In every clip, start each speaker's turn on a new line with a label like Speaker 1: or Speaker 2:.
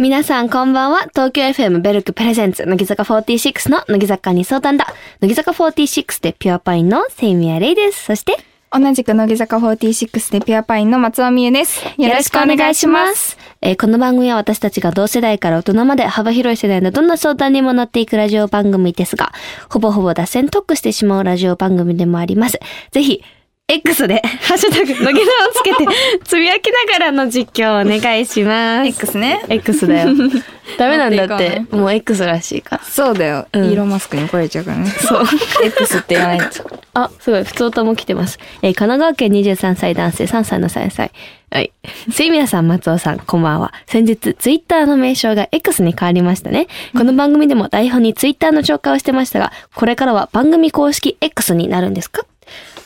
Speaker 1: 皆さんこんばんは。東京 FM ベルクプレゼンツ、乃木坂46の乃木坂に相談だ。乃木坂46でピュアパインのセイミヤレイです。そして、
Speaker 2: 同じく乃木坂46でピュアパインの松尾美優です。よろしくお願いします。
Speaker 1: す。えーこの番組は私たちが同世代から大人まで幅広い世代のどんな相談にも乗っていくラジオ番組ですが、ほぼほぼ脱線特区してしまうラジオ番組でもあります。ぜひ、X で、 ハッシュタグ、のぎなをつけて、 つぶやきながらの実況お願いします。
Speaker 2: X ね
Speaker 1: X だよ。 ダメなんだっ
Speaker 2: 持って
Speaker 1: て
Speaker 2: い、
Speaker 1: もう X らしいから。
Speaker 2: そうだよ。
Speaker 1: ん
Speaker 2: イーロンマスクに怒られちゃうからね。
Speaker 1: そう。
Speaker 2: X って言わないと。
Speaker 1: あ、すごい。普通歌も来てます。えー神奈川県23歳男性3歳の3歳。はい。すいみやさん、松尾さん、こんばんは。先日、ツイッターの名称が X に変わりましたね。この番組でも台本にツイッターの紹介をしてましたが、これからは番組公式 X になるんですか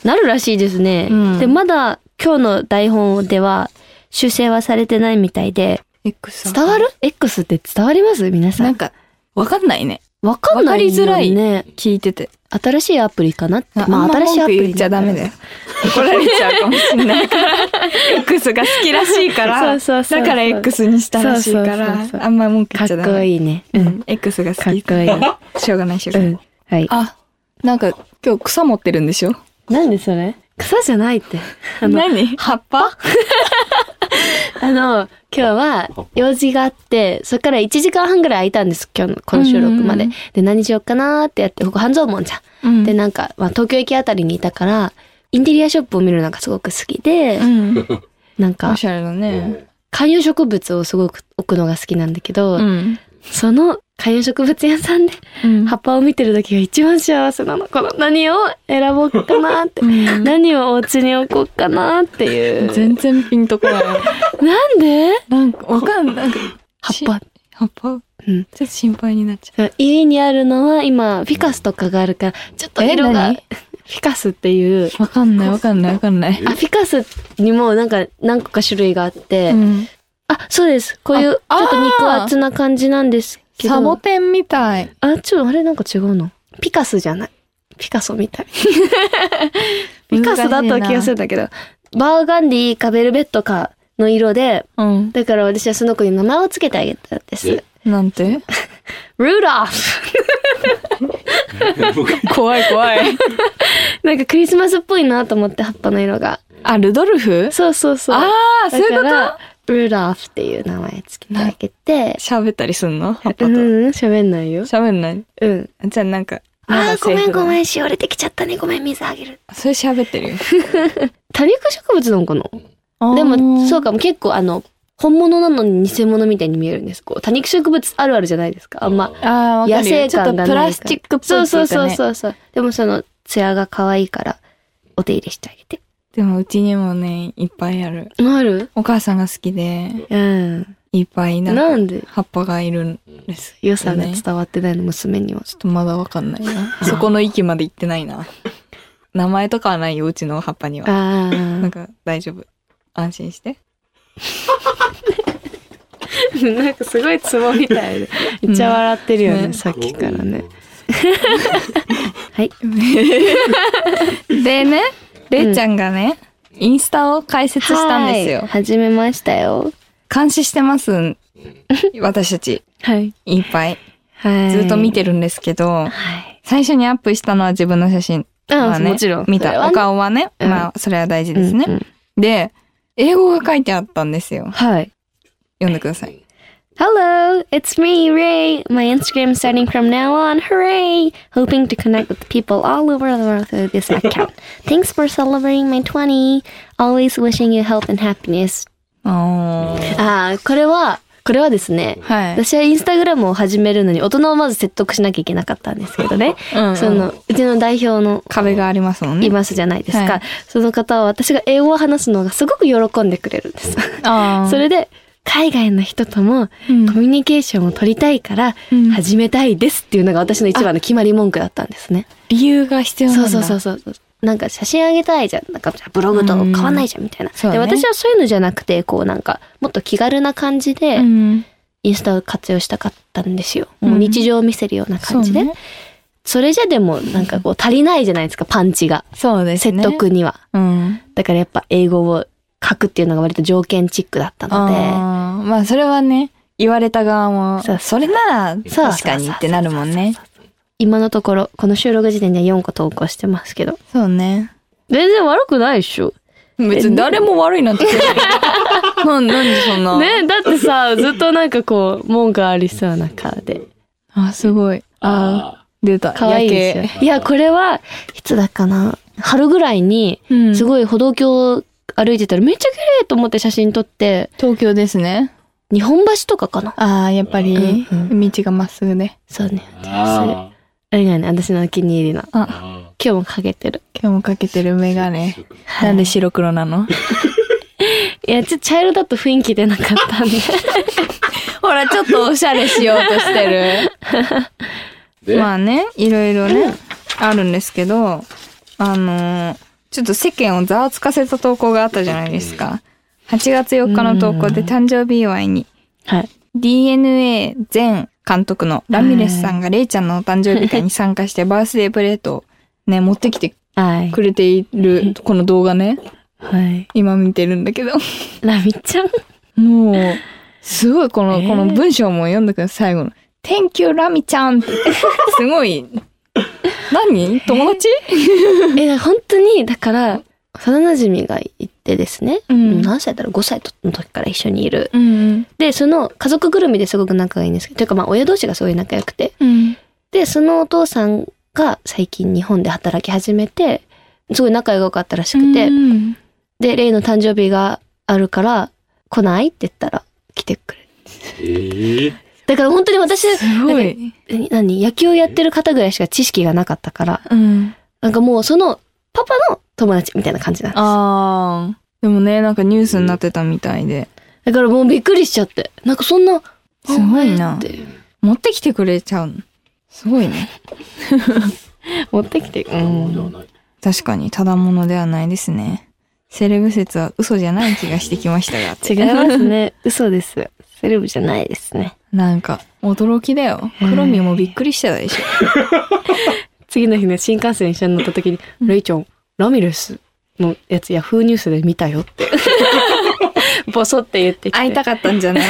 Speaker 1: なるらしいですね。
Speaker 2: うん
Speaker 1: で、まだ今日の台本では修正はされてないみたいで、
Speaker 2: X さん
Speaker 1: 伝わる ?X って伝わります皆さ
Speaker 2: なん
Speaker 1: ん。
Speaker 2: か、わかんないね。
Speaker 1: わかんないよね。
Speaker 2: わかりづら聞いてて。
Speaker 1: 新しいアプリかなって。
Speaker 2: まあ、
Speaker 1: 新
Speaker 2: 新
Speaker 1: し
Speaker 2: し
Speaker 1: い
Speaker 2: い
Speaker 1: ア
Speaker 2: ア
Speaker 1: プ
Speaker 2: プ
Speaker 1: リ
Speaker 2: リ言っちゃダメだよ。怒られちゃうかもしれないから。X が好きらしいから。
Speaker 1: そうそうそうそう
Speaker 2: だから X にしたらしいか
Speaker 1: そうそう
Speaker 2: ら
Speaker 1: そうそ。う
Speaker 2: あんま文句
Speaker 1: か
Speaker 2: 言っ
Speaker 1: っ
Speaker 2: ちゃダメ。
Speaker 1: こいいね。う
Speaker 2: うんん。。X が好
Speaker 1: かっ
Speaker 2: き。
Speaker 1: こいい。う
Speaker 2: しょうがないしょうがない。
Speaker 1: ん。はい。
Speaker 2: あ、なんか今日草持ってるんでしょ
Speaker 1: なんでそれ草じゃないって。あの、
Speaker 2: 何葉っぱ
Speaker 1: あの今日は用事があって、それから1時間半ぐらい空いたんです、今日の、この収録ま
Speaker 2: う
Speaker 1: で
Speaker 2: んうん。
Speaker 1: で、何しようかなーってやって、ここ半蔵門じゃん。
Speaker 2: うん
Speaker 1: で、なんか、まあ、東京駅あたりにいたから、インテリアショップを見るのがすごく好きで、
Speaker 2: うん。
Speaker 1: なんか
Speaker 2: お、しゃれだね。
Speaker 1: 観葉植物をすごく置くのが好きなんだけど、
Speaker 2: うん。
Speaker 1: その観葉植物屋さんで葉っぱを見てる時が一番幸せなの。この何を選ぼうかなーって。
Speaker 2: うん
Speaker 1: 何をお家に置こうかなーっていう。
Speaker 2: 全然ピンとこない。
Speaker 1: なんで
Speaker 2: なんか、わかんない。なんか、し
Speaker 1: 葉っぱ。
Speaker 2: 葉っぱ
Speaker 1: うん。
Speaker 2: ちょっと心配になっちゃ
Speaker 1: 家にあるのは今、フィカスとかがあるから、ちょっと色が、
Speaker 2: え何
Speaker 1: フィカスっていう、
Speaker 2: う。わかんない、わかんない、わかんない。
Speaker 1: あ、フィカスにもなんか何個か種類があって、
Speaker 2: うん
Speaker 1: あ、そうです。こういう、ち
Speaker 2: あ
Speaker 1: ょっと肉
Speaker 2: あー
Speaker 1: 厚な感じなんですけど。
Speaker 2: サボテンみたい。
Speaker 1: あ、ちょ、あれなんか違うのピカスじゃない。ピカソみ たい。ピカスだった気がするんだけど、バーガンディかベルベットかの色で、
Speaker 2: うん。
Speaker 1: だから私はその子に名前をつけてあげたんです。
Speaker 2: なんて
Speaker 1: ルーラフ
Speaker 2: 怖い怖い。
Speaker 1: なんかクリスマスっぽいなと思って葉っぱの色が。
Speaker 2: あ、ルドルフ
Speaker 1: そうそうそう。
Speaker 2: ああ、
Speaker 1: だか
Speaker 2: そういうこ
Speaker 1: らルーラーフっていう名前つけてあげて。
Speaker 2: と喋ったりすんの葉っ
Speaker 1: う
Speaker 2: ぱ
Speaker 1: ん
Speaker 2: と。
Speaker 1: うん、喋んないよ。
Speaker 2: 喋んない
Speaker 1: うん。
Speaker 2: じゃあなんか、
Speaker 1: あーごめんご
Speaker 2: ん。
Speaker 1: めん、しおれてきちゃったね。ごめん、水あげる。
Speaker 2: それ喋ってるよ。
Speaker 1: 多肉植物なのかなでも、そう
Speaker 2: か。
Speaker 1: かも。結構あの、本物なのに偽物みたいに見えるんです。こう、多肉植物あるあるじゃないですか。あんま、
Speaker 2: あ
Speaker 1: 野
Speaker 2: あー、わかるよ。
Speaker 1: 生
Speaker 2: ちょっ
Speaker 1: 感
Speaker 2: と
Speaker 1: がないから。
Speaker 2: プラスチックっぽいってい
Speaker 1: そう
Speaker 2: かね。
Speaker 1: うそうそうそうそう。でもその、ツヤが可愛いから、お手入れしてあげて。
Speaker 2: でもうちにもね、いっぱいある。
Speaker 1: ある
Speaker 2: お母さんが好きで、
Speaker 1: うん。
Speaker 2: いっぱいなんか
Speaker 1: なんで
Speaker 2: 葉っぱがいるんです。
Speaker 1: 良さが
Speaker 2: よね
Speaker 1: 伝わってないの、娘には。
Speaker 2: ちょっとまだわかんないな。そこの域まで行ってないな。名前とかはないよ、うちの葉っぱには。
Speaker 1: ああ
Speaker 2: なん。か大丈夫。安心して。
Speaker 1: なんかすごいツボみたいで。めっちゃ笑ってるよね、
Speaker 2: ね
Speaker 1: さっきからね。はい。
Speaker 2: でね、れいちゃんがね、インスタを開設したんです
Speaker 1: はい
Speaker 2: よ。
Speaker 1: 始めましたよ。
Speaker 2: 監視してます。私たち、
Speaker 1: はい。
Speaker 2: いっぱい。
Speaker 1: はい。
Speaker 2: ずっと見。てるんですけど、
Speaker 1: はい。
Speaker 2: 最初にアップしたのは自分の写真。まあ
Speaker 1: うん、
Speaker 2: ね
Speaker 1: もちろん。
Speaker 2: 見
Speaker 1: それ
Speaker 2: た。
Speaker 1: は
Speaker 2: お
Speaker 1: ね
Speaker 2: 顔はね、
Speaker 1: うん
Speaker 2: まあ、それは大事ですね。
Speaker 1: うんうん
Speaker 2: で、英語が書いてあったんですよ。
Speaker 1: はい。
Speaker 2: 読んでください。
Speaker 1: Hello, it's me, Ray. My Instagram starting from now on. Hooray! Hoping to connect with people all over the world through this account. Thanks for celebrating my 20. Always wishing you health and happiness.
Speaker 2: あー
Speaker 1: ああ、これは、これはですね、
Speaker 2: はい。
Speaker 1: 私はインスタグラムを始めるのに大人をまず説得しなきゃいけなかったんですけどね。
Speaker 2: うんうん
Speaker 1: その、うちの代表の
Speaker 2: 壁がありますもんね。
Speaker 1: いますじゃないですか。
Speaker 2: はい
Speaker 1: その方は私が英語を話すのがすごく喜んでくれるんです。
Speaker 2: あー
Speaker 1: それで、海外の人ともコ
Speaker 2: うん
Speaker 1: ミュニケーションを取りたいから
Speaker 2: うん
Speaker 1: 始めたいですっていうのが私の一番の決まり文句だったんですね。
Speaker 2: 理由が必要なん
Speaker 1: そう
Speaker 2: だ。
Speaker 1: そうそうそうそう。なんか写真あげたいじゃん。なんかブログと変わんないじゃんみたいな。
Speaker 2: そう
Speaker 1: で
Speaker 2: ね
Speaker 1: 私はそういうのじゃなくて、こうなんかもっと気軽な感じで、
Speaker 2: ん、
Speaker 1: インスタを活用したかったんですよ。
Speaker 2: うん
Speaker 1: もう日常を見せるような感じで。そ
Speaker 2: そうね
Speaker 1: れじゃでもなんかこう足りないじゃないですか、パンチが。
Speaker 2: そうです
Speaker 1: 説
Speaker 2: ね。
Speaker 1: 得には。
Speaker 2: うん。
Speaker 1: だからやっぱ英語を書くっていうのが割と条件チックだったので。
Speaker 2: あーまあ、それはね、言われた側も、
Speaker 1: そう
Speaker 2: それなら
Speaker 1: そう
Speaker 2: 確かにってなるもんね。
Speaker 1: 今のところ、この収録時点で4個投稿してますけど。
Speaker 2: そうね。
Speaker 1: 全然悪くないっしょ。
Speaker 2: 別に誰も悪いなんて言っ てない。なんなんでそんな。
Speaker 1: ねだって さ、ずっとなんかこう、文がありそうな顔で。
Speaker 2: あ、すごい。あー出た。
Speaker 1: 可愛いで
Speaker 2: 夜
Speaker 1: すよ。いや、これは、いつだっかな。春ぐらいに、
Speaker 2: 景うん
Speaker 1: すごい歩道橋歩いてたらめっちゃ綺麗と思って写真撮って、
Speaker 2: 東京ですね。
Speaker 1: 日本橋とかかな。
Speaker 2: ああ、やっぱり、
Speaker 1: うん
Speaker 2: 道がまっすぐで。
Speaker 1: そうね。
Speaker 3: あ
Speaker 1: あれだよね、私のお気に入りの。
Speaker 3: あ。
Speaker 2: あ、
Speaker 3: あ
Speaker 1: 今日もかけてる。
Speaker 2: 今日もかけてるメガネ。
Speaker 1: はい
Speaker 2: なんで白黒なの
Speaker 1: いや、ちょっと茶色だと雰囲気出なかったん で。
Speaker 2: ほら、ちょっとおしゃれしようとして
Speaker 3: で、
Speaker 2: まあね、いろいろね、あるんですけど、あのーちょっと世間をざわつかせた投稿があったじゃないですか。8月4日の投稿で誕生日祝いに、
Speaker 1: はい。
Speaker 2: DNA 前監督のラミレスさんがレイちゃんのお誕生日会に参加してバースデープレートをね、持ってきて
Speaker 1: はい。
Speaker 2: くれているこの動画ね、
Speaker 1: はい。
Speaker 2: 今見てるんだけど。
Speaker 1: ラミちゃん。
Speaker 2: もう、すごいこの、
Speaker 1: えー
Speaker 2: この文章も読んだけど最後の、Thank you, ラミちゃん って、すごい、何友達、
Speaker 1: え、だから本当に、だから、幼馴染がいてですね。
Speaker 2: うん
Speaker 1: 何歳だろう ?5 歳の時から一緒にいる。
Speaker 2: うん
Speaker 1: で、その家族ぐるみですごく仲がいいんですけど、というかまあ親同士がすごい仲良くて。
Speaker 2: うん。
Speaker 1: で、そのお父さんが最近日本で働き始めて、すごい仲が良かったらしくて、
Speaker 2: うん。
Speaker 1: で、レイの誕生日があるから、来ないって言ったら来てくれる。
Speaker 3: ええ。
Speaker 1: だから本当に私、
Speaker 2: すごい。
Speaker 1: 何何野球やってる方ぐらいしか知識がなかったから、
Speaker 2: うん。
Speaker 1: なんかもうそのパパの友達みたいな感じなんです。
Speaker 2: あー。でもね、なんかニュースになってたみたいで。
Speaker 1: だからもうびっくりしちゃって。なんかそんな、
Speaker 2: すごいな
Speaker 1: あって
Speaker 2: 持ってきてくれちゃうの。すごいね。
Speaker 1: 持ってきて。うん。
Speaker 3: ではない。
Speaker 2: 確かに、ただものではないですね。セレブ説は嘘じゃない気がしてきま したが。
Speaker 1: 違います ね。嘘です。セレブじゃないですね。
Speaker 2: なんか、驚きだよ。
Speaker 1: うん
Speaker 2: クロミもびっくりしてたで しょ。
Speaker 1: 次の日ね、新幹線一緒に乗った時に、レイちゃん、ラミレスのやつヤフーニュースで見たよって。 ボソって言ってきて。
Speaker 2: 会いたかったんじゃない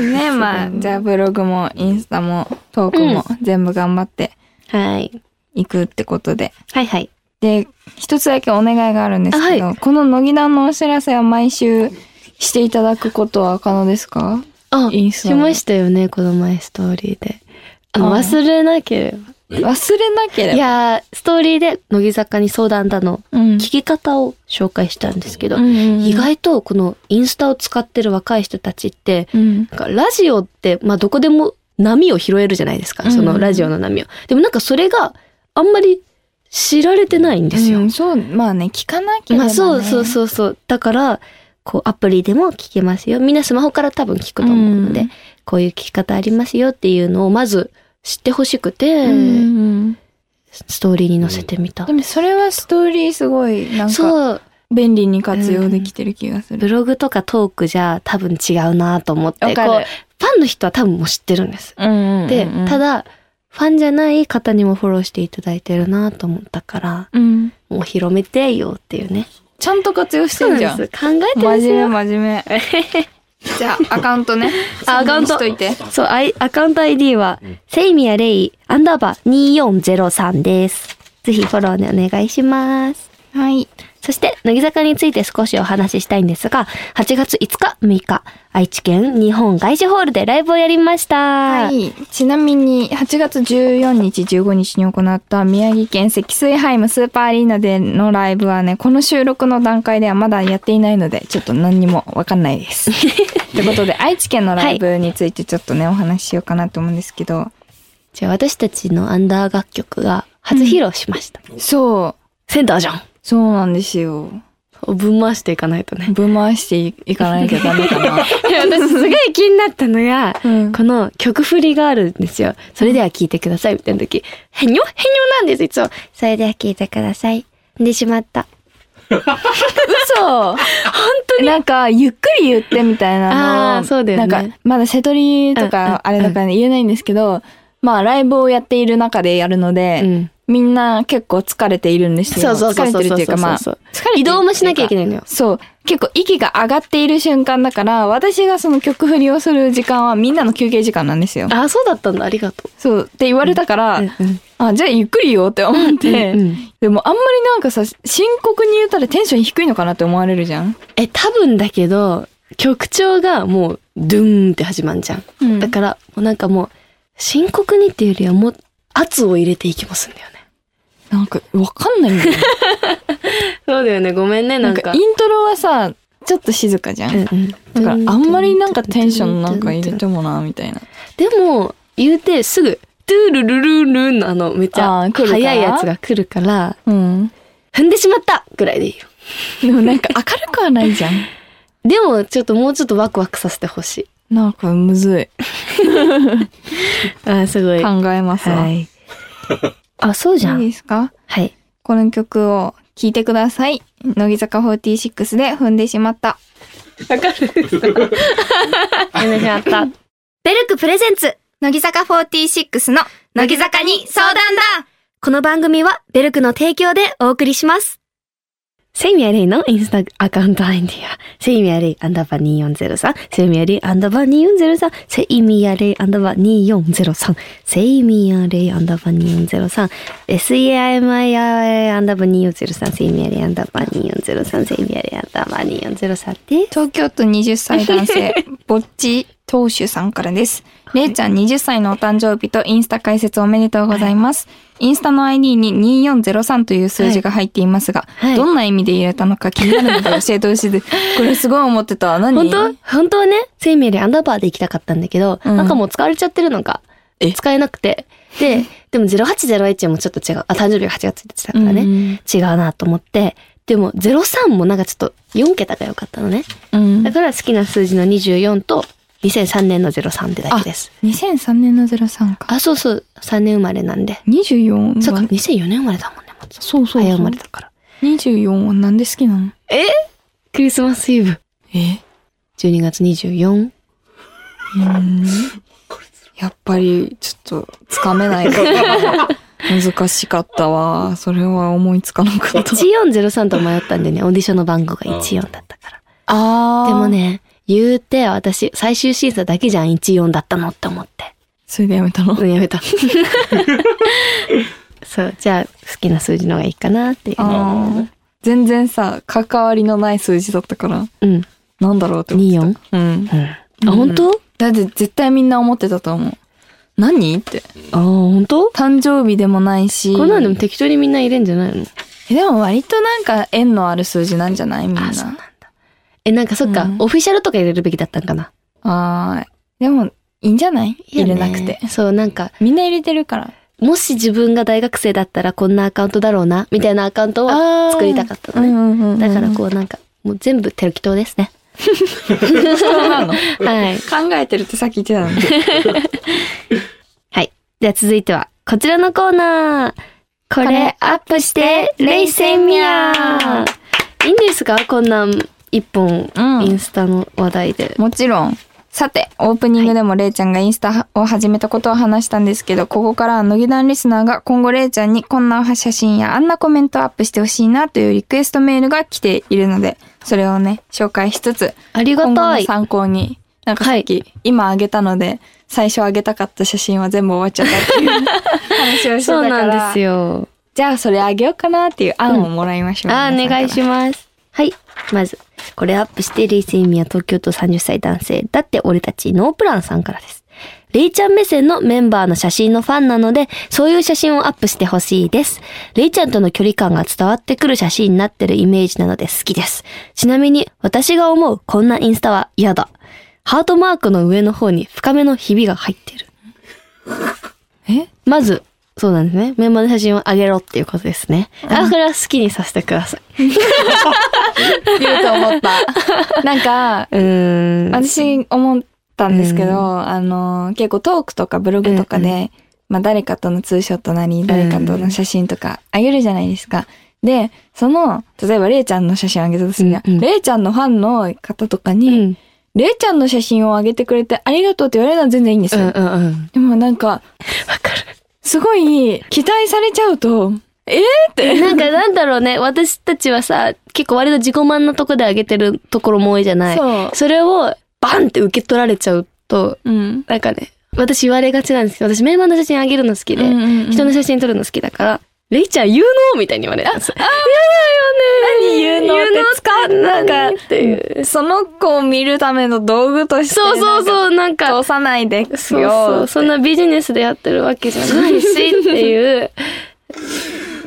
Speaker 2: ねまあじゃあブログもインスタもトークも全部頑張って
Speaker 1: はい。
Speaker 2: いくってことで。
Speaker 1: はいはい。
Speaker 2: で一つだけお願いがあるんですけど、
Speaker 1: は
Speaker 2: この乃木団のお知らせは毎週していただくことは可能ですか
Speaker 1: あ、
Speaker 2: インスタ
Speaker 1: しましたよね、この前ストーリーで。あの、
Speaker 2: あ
Speaker 1: 忘れなければ。
Speaker 3: え
Speaker 2: 忘れなければ。
Speaker 1: いやー、ストーリーで、乃木坂に相談だの、
Speaker 2: うん、
Speaker 1: 聞き方を紹介したんですけど、意
Speaker 2: 意、
Speaker 1: 外とこのインスタを使ってる若い人たちって、
Speaker 2: うん、
Speaker 1: なんかラジオって、まあ、どこでも波を拾えるじゃないですか。そのラジオの波を。でもなんかそれがあんまり知られてないんですよ。
Speaker 2: うんそうまあね聞かなけれ
Speaker 1: ま
Speaker 2: ば、ね、
Speaker 1: あそうそうそうそう。だから、こうアプリでも聞けますよ。みんなスマホから多分聞くと思うので、
Speaker 2: うん
Speaker 1: こういう聞き方ありますよっていうのをまず知ってほしくて、
Speaker 2: うんうん
Speaker 1: ストーリーに載せてみた
Speaker 2: で。もそれはストーリーすごいなんか
Speaker 1: そう。
Speaker 2: 便利に活用できてる気がする
Speaker 1: ブ。ログとかトークじゃ多分違うなと思って、
Speaker 2: わ
Speaker 1: こ
Speaker 2: か
Speaker 1: う、
Speaker 2: る
Speaker 1: ファンの人は多分もう知ってるんです。
Speaker 2: うん
Speaker 1: で、た
Speaker 2: だ、
Speaker 1: だ、ファンじゃない方にもフォローしていただいてるなと思ったから、
Speaker 2: うん、
Speaker 1: もう広めてよっていうね。
Speaker 2: ちゃんと活用してんじゃん。
Speaker 1: そうなんです。考えてま
Speaker 2: 真
Speaker 1: す
Speaker 2: 面
Speaker 1: よ。
Speaker 2: 目真面目。 じゃあアカウントね。
Speaker 1: あアカウント
Speaker 2: 存入しといて。
Speaker 1: そう、アイアカウント ID は
Speaker 3: うん、
Speaker 1: セイミヤレイアンダーバー2403です。ぜひフォローでお願いします。
Speaker 2: はい。
Speaker 1: そして、乃木坂について少しお話ししたいんですが、8月5日、6日、愛知県日本外資ホールでライブをやりました。
Speaker 2: はい。ちなみに、8月14日、15日に行った宮城県積水ハイムスーパーアリーナでのライブはね、この収録の段階ではまだやっていないので、ちょっと何にもわかんない です。ってことで、愛知県のライブについてちょっとね、お話ししようかなと思うんですけど。
Speaker 1: じゃあ私たちのアンダー楽曲が初披露しました。
Speaker 2: そう。
Speaker 1: センターじゃん。
Speaker 2: そうなんですよ。
Speaker 1: ぶん回していかないとね。
Speaker 2: ぶん回していかないとダメかな。
Speaker 1: いや、私すごい気になったのが、
Speaker 2: うん
Speaker 1: この曲振りがあるんですよ。それでは聴いてください、みたいな時。へにょへにょなんです、いつも。それでは聴いてください。でしまった。
Speaker 2: 嘘本当になんか、ゆっくり言ってみたいなのを
Speaker 1: あーそうだよね
Speaker 2: なんか、まだ瀬戸りと
Speaker 1: うんうん
Speaker 2: か、あれだからね言えないんですけど、まあ、ライブをやっている中でやるので、
Speaker 1: うん
Speaker 2: みんな結構疲れているんですよ。
Speaker 1: そうそうそうそう
Speaker 2: 疲れてるっていうか、まあ、
Speaker 1: そう移動もしなきゃいけないのよ。
Speaker 2: そう。結構息が上がっている瞬間だから、私がその曲振りをする時間はみんなの休憩時間なんですよ。
Speaker 1: あ、そうだったんだ。ありがと
Speaker 2: そう。って言われたから、
Speaker 1: う。うん
Speaker 2: あ、じゃあゆっくりよって思って、
Speaker 1: うんうん
Speaker 2: でもあんまりなんかさ、深刻に言ったらテンション低いのかなって思われるじゃん。
Speaker 1: え、多分だけど、曲調がもう、ドゥーンって始まんじゃん。
Speaker 2: うん
Speaker 1: だから、もうなんかもう、深刻にっていうよりはもう、圧を入れていきますんだよね。
Speaker 2: なんかわかんないんだよね
Speaker 1: そうだよね。ごめんね、
Speaker 2: なんかイントロはさ、ちょっと静かじゃん。だからあんまりなんかテンションなんか入れてもな、みたいな。
Speaker 1: でも、言うてすぐ、ドゥルルルルンのあの、めっち
Speaker 2: あ
Speaker 1: ゃ
Speaker 2: ー来るから
Speaker 1: 早いやつが来るから、
Speaker 2: うん。
Speaker 1: 踏んでしまったぐらいでいいよ。
Speaker 2: でもなんか明るくはないじゃん。
Speaker 1: でも、ちょっともうちょっとワクワクさせてほしい。
Speaker 2: なんかむずい。
Speaker 1: あーすごい。
Speaker 2: 考えますわ。
Speaker 1: はい。あ、そうじゃ
Speaker 2: いい
Speaker 1: ん。
Speaker 2: ですか
Speaker 1: はい。
Speaker 2: この曲を聴いてください。乃木坂46で踏んでしまった。
Speaker 1: わか る。踏んでしま った。
Speaker 4: ベルクプレゼンツ
Speaker 2: 乃木坂46の
Speaker 4: 乃木坂に相談だこの番組はベルクの提供でお送りします。
Speaker 1: セイミアレイのインスタアカウント ID は、セイミアレイアンダーバー2403、セイミアレイアンダーバー2403、セイミアレイアンダーバー2403、セイミアレイアンダーバー2403、SEIMIRA アンダーバー2403、セイミアレイアンダーバー2403、セイミアレイアンダーバー2403で、
Speaker 2: 東京都20歳男性、 ぼっち投手さんからです。れいちゃん20歳のお誕生日とインスタ解説おめでとうございます。インスタの ID に2403という数字が入っていますが、
Speaker 1: はいはい
Speaker 2: どんな意味で入れたのか気に なるので教えてほしいです。これすごい思ってた。何
Speaker 1: 本当本当はね、セイミアレイアンダーバーで行きたかったんだけど、
Speaker 2: うん
Speaker 1: なんかもう使われちゃってるのか、
Speaker 2: え
Speaker 1: 使えなくて。 で、でも0801もちょっと違う。あ、誕生日が8月1日だからね。
Speaker 2: ね。
Speaker 1: 違うなと思って、でも03もなんかちょっと4桁が良かったのね。
Speaker 2: うん
Speaker 1: だ。から好きな数字の24と2003年の03でだけです。
Speaker 2: 2003年の03か。
Speaker 1: あそうそう、3年生まれなんで。
Speaker 2: 24は
Speaker 1: そうか、2004年生まれだもんね。松尾さん
Speaker 2: そうそうそう
Speaker 1: 早生まれだから。
Speaker 2: 24はなんで好きなの
Speaker 1: クリスマスイブ。
Speaker 2: え
Speaker 1: 12月24。
Speaker 2: うんやっぱりちょっとつかめないかな難しかったわそれは思いつかなかった
Speaker 1: 1403と迷ったんでね、オーディションの番号が14だったか
Speaker 2: あ
Speaker 1: ら。
Speaker 2: ー
Speaker 1: でもね、言うて私、最終審査だけじゃん、14だったのって思 って。
Speaker 2: それでやめたの
Speaker 1: うん、やめ た。そう、じゃあ、好きな数字の方がいいかなっていう。
Speaker 2: あー全然さ関わりのない数字だったから
Speaker 1: うん。
Speaker 2: なんだろうって思って
Speaker 1: 二四。
Speaker 2: たうん
Speaker 1: うん。あ、本当？
Speaker 2: だって絶対みんな思ってたと思う何って
Speaker 1: あ、本当？
Speaker 2: 誕生日でもないし
Speaker 1: こんなんでも適当にみんな入れんじゃないの？
Speaker 2: えでも割となんか縁のある数字なんじゃないみんな
Speaker 1: だ。え、なんかそっか
Speaker 2: う、ん
Speaker 1: オフィシャルとか入れるべきだったんかな。
Speaker 2: あーでもいいんじゃない入れな
Speaker 1: い
Speaker 2: く
Speaker 1: いよ
Speaker 2: て
Speaker 1: ねそう、なんか
Speaker 2: みんな入れてるから
Speaker 1: もし自分が大学生だったらこんなアカウントだろうなみたいなアカウントを
Speaker 2: あー
Speaker 1: 作りたかった
Speaker 2: う
Speaker 1: のね。
Speaker 2: んうんうんうん
Speaker 1: だからこうなんかもう全部適当です ね。
Speaker 2: そうなの考
Speaker 1: はい。
Speaker 2: えてるってさっき言ってたの に
Speaker 1: はい。じゃあ続いてはこちらのコーナー。これアップして、レイセンミラー。いいんですかこんなん一本、
Speaker 2: うん
Speaker 1: インスタの話題で。
Speaker 2: もちろんさてオープニングでもれいちゃんがインスタを始めたことを話したんですけどここからは乃木団リスナーが今後れいちゃんにこんな写真やあんなコメントアップしてほしいなというリクエストメールが来ているのでそれをね紹介しつつ
Speaker 1: ありが
Speaker 2: 今後
Speaker 1: た
Speaker 2: の
Speaker 1: い。
Speaker 2: 参考になんかさっき、今あげたので最初あげたかった写真は全部終わっちゃったっていう話をしてた
Speaker 1: そ
Speaker 2: か
Speaker 1: う
Speaker 2: ら
Speaker 1: なんですよ。
Speaker 2: じゃあそれあげようかなっていう案をもらいましょう、
Speaker 1: あー、お願い
Speaker 2: ま
Speaker 1: します。はい。まず、これアップして、レイセイミア東京都30歳男性。だって俺たちノープランさんからです。レイちゃん目線のメンバーの写真のファンなので、そういう写真をアップしてほしいです。レイちゃんとの距離感が伝わってくる写真になってるイメージなので好きです。ちなみに、私が思うこんなインスタは嫌だ。ハートマークの上の方に深めのひびが入ってる。
Speaker 2: え
Speaker 1: まず、そうなんですね。メンバーの写真をあげろっていうことですね。あ、これは好きにさせてください。
Speaker 2: 言うと思った。 なんか、
Speaker 1: うーん。
Speaker 2: 私思ったんですけど、
Speaker 1: う
Speaker 2: あの、結構トークとかブログとかで、
Speaker 1: うん
Speaker 2: まあ誰かとのツーショットなり、誰かとの写真とかあげるじゃないですか。で、その、例えばれいちゃんの写真あげたとするには、
Speaker 1: うんうん
Speaker 2: れいちゃんのファンの方とか
Speaker 1: う
Speaker 2: に、
Speaker 1: ん。
Speaker 2: れいちゃんの写真をあげてくれてありがとうって言われるのは全然いいんです
Speaker 1: うん
Speaker 2: よ。
Speaker 1: うんうん。
Speaker 2: でもなんか、
Speaker 1: わかる。
Speaker 2: すごい、期待されちゃうと、えー、って。
Speaker 1: なんかなんだろう ね、私たちはさ、結構割と自己満なとこで上げてるところも多いじゃない。
Speaker 2: そう。
Speaker 1: それをバンって受け取られちゃうと、
Speaker 2: うん。
Speaker 1: なんかね、私言われがちなんですけど、私メンバーの写真あげるの好きで、人
Speaker 2: 人
Speaker 1: の
Speaker 2: の
Speaker 1: 写真撮るの好きだから、レイちゃん言うのみたいに言われて。あ、
Speaker 2: 何
Speaker 1: 嫌
Speaker 2: 言うの
Speaker 1: 言うの
Speaker 2: 使うなんか
Speaker 1: 何っていう。
Speaker 2: その子を見るための道具として
Speaker 1: そうそう
Speaker 2: う
Speaker 1: そう、なんか、
Speaker 2: 通さないでよ
Speaker 1: そうそう、そんなビジネスでやってるわけじゃないしっていう。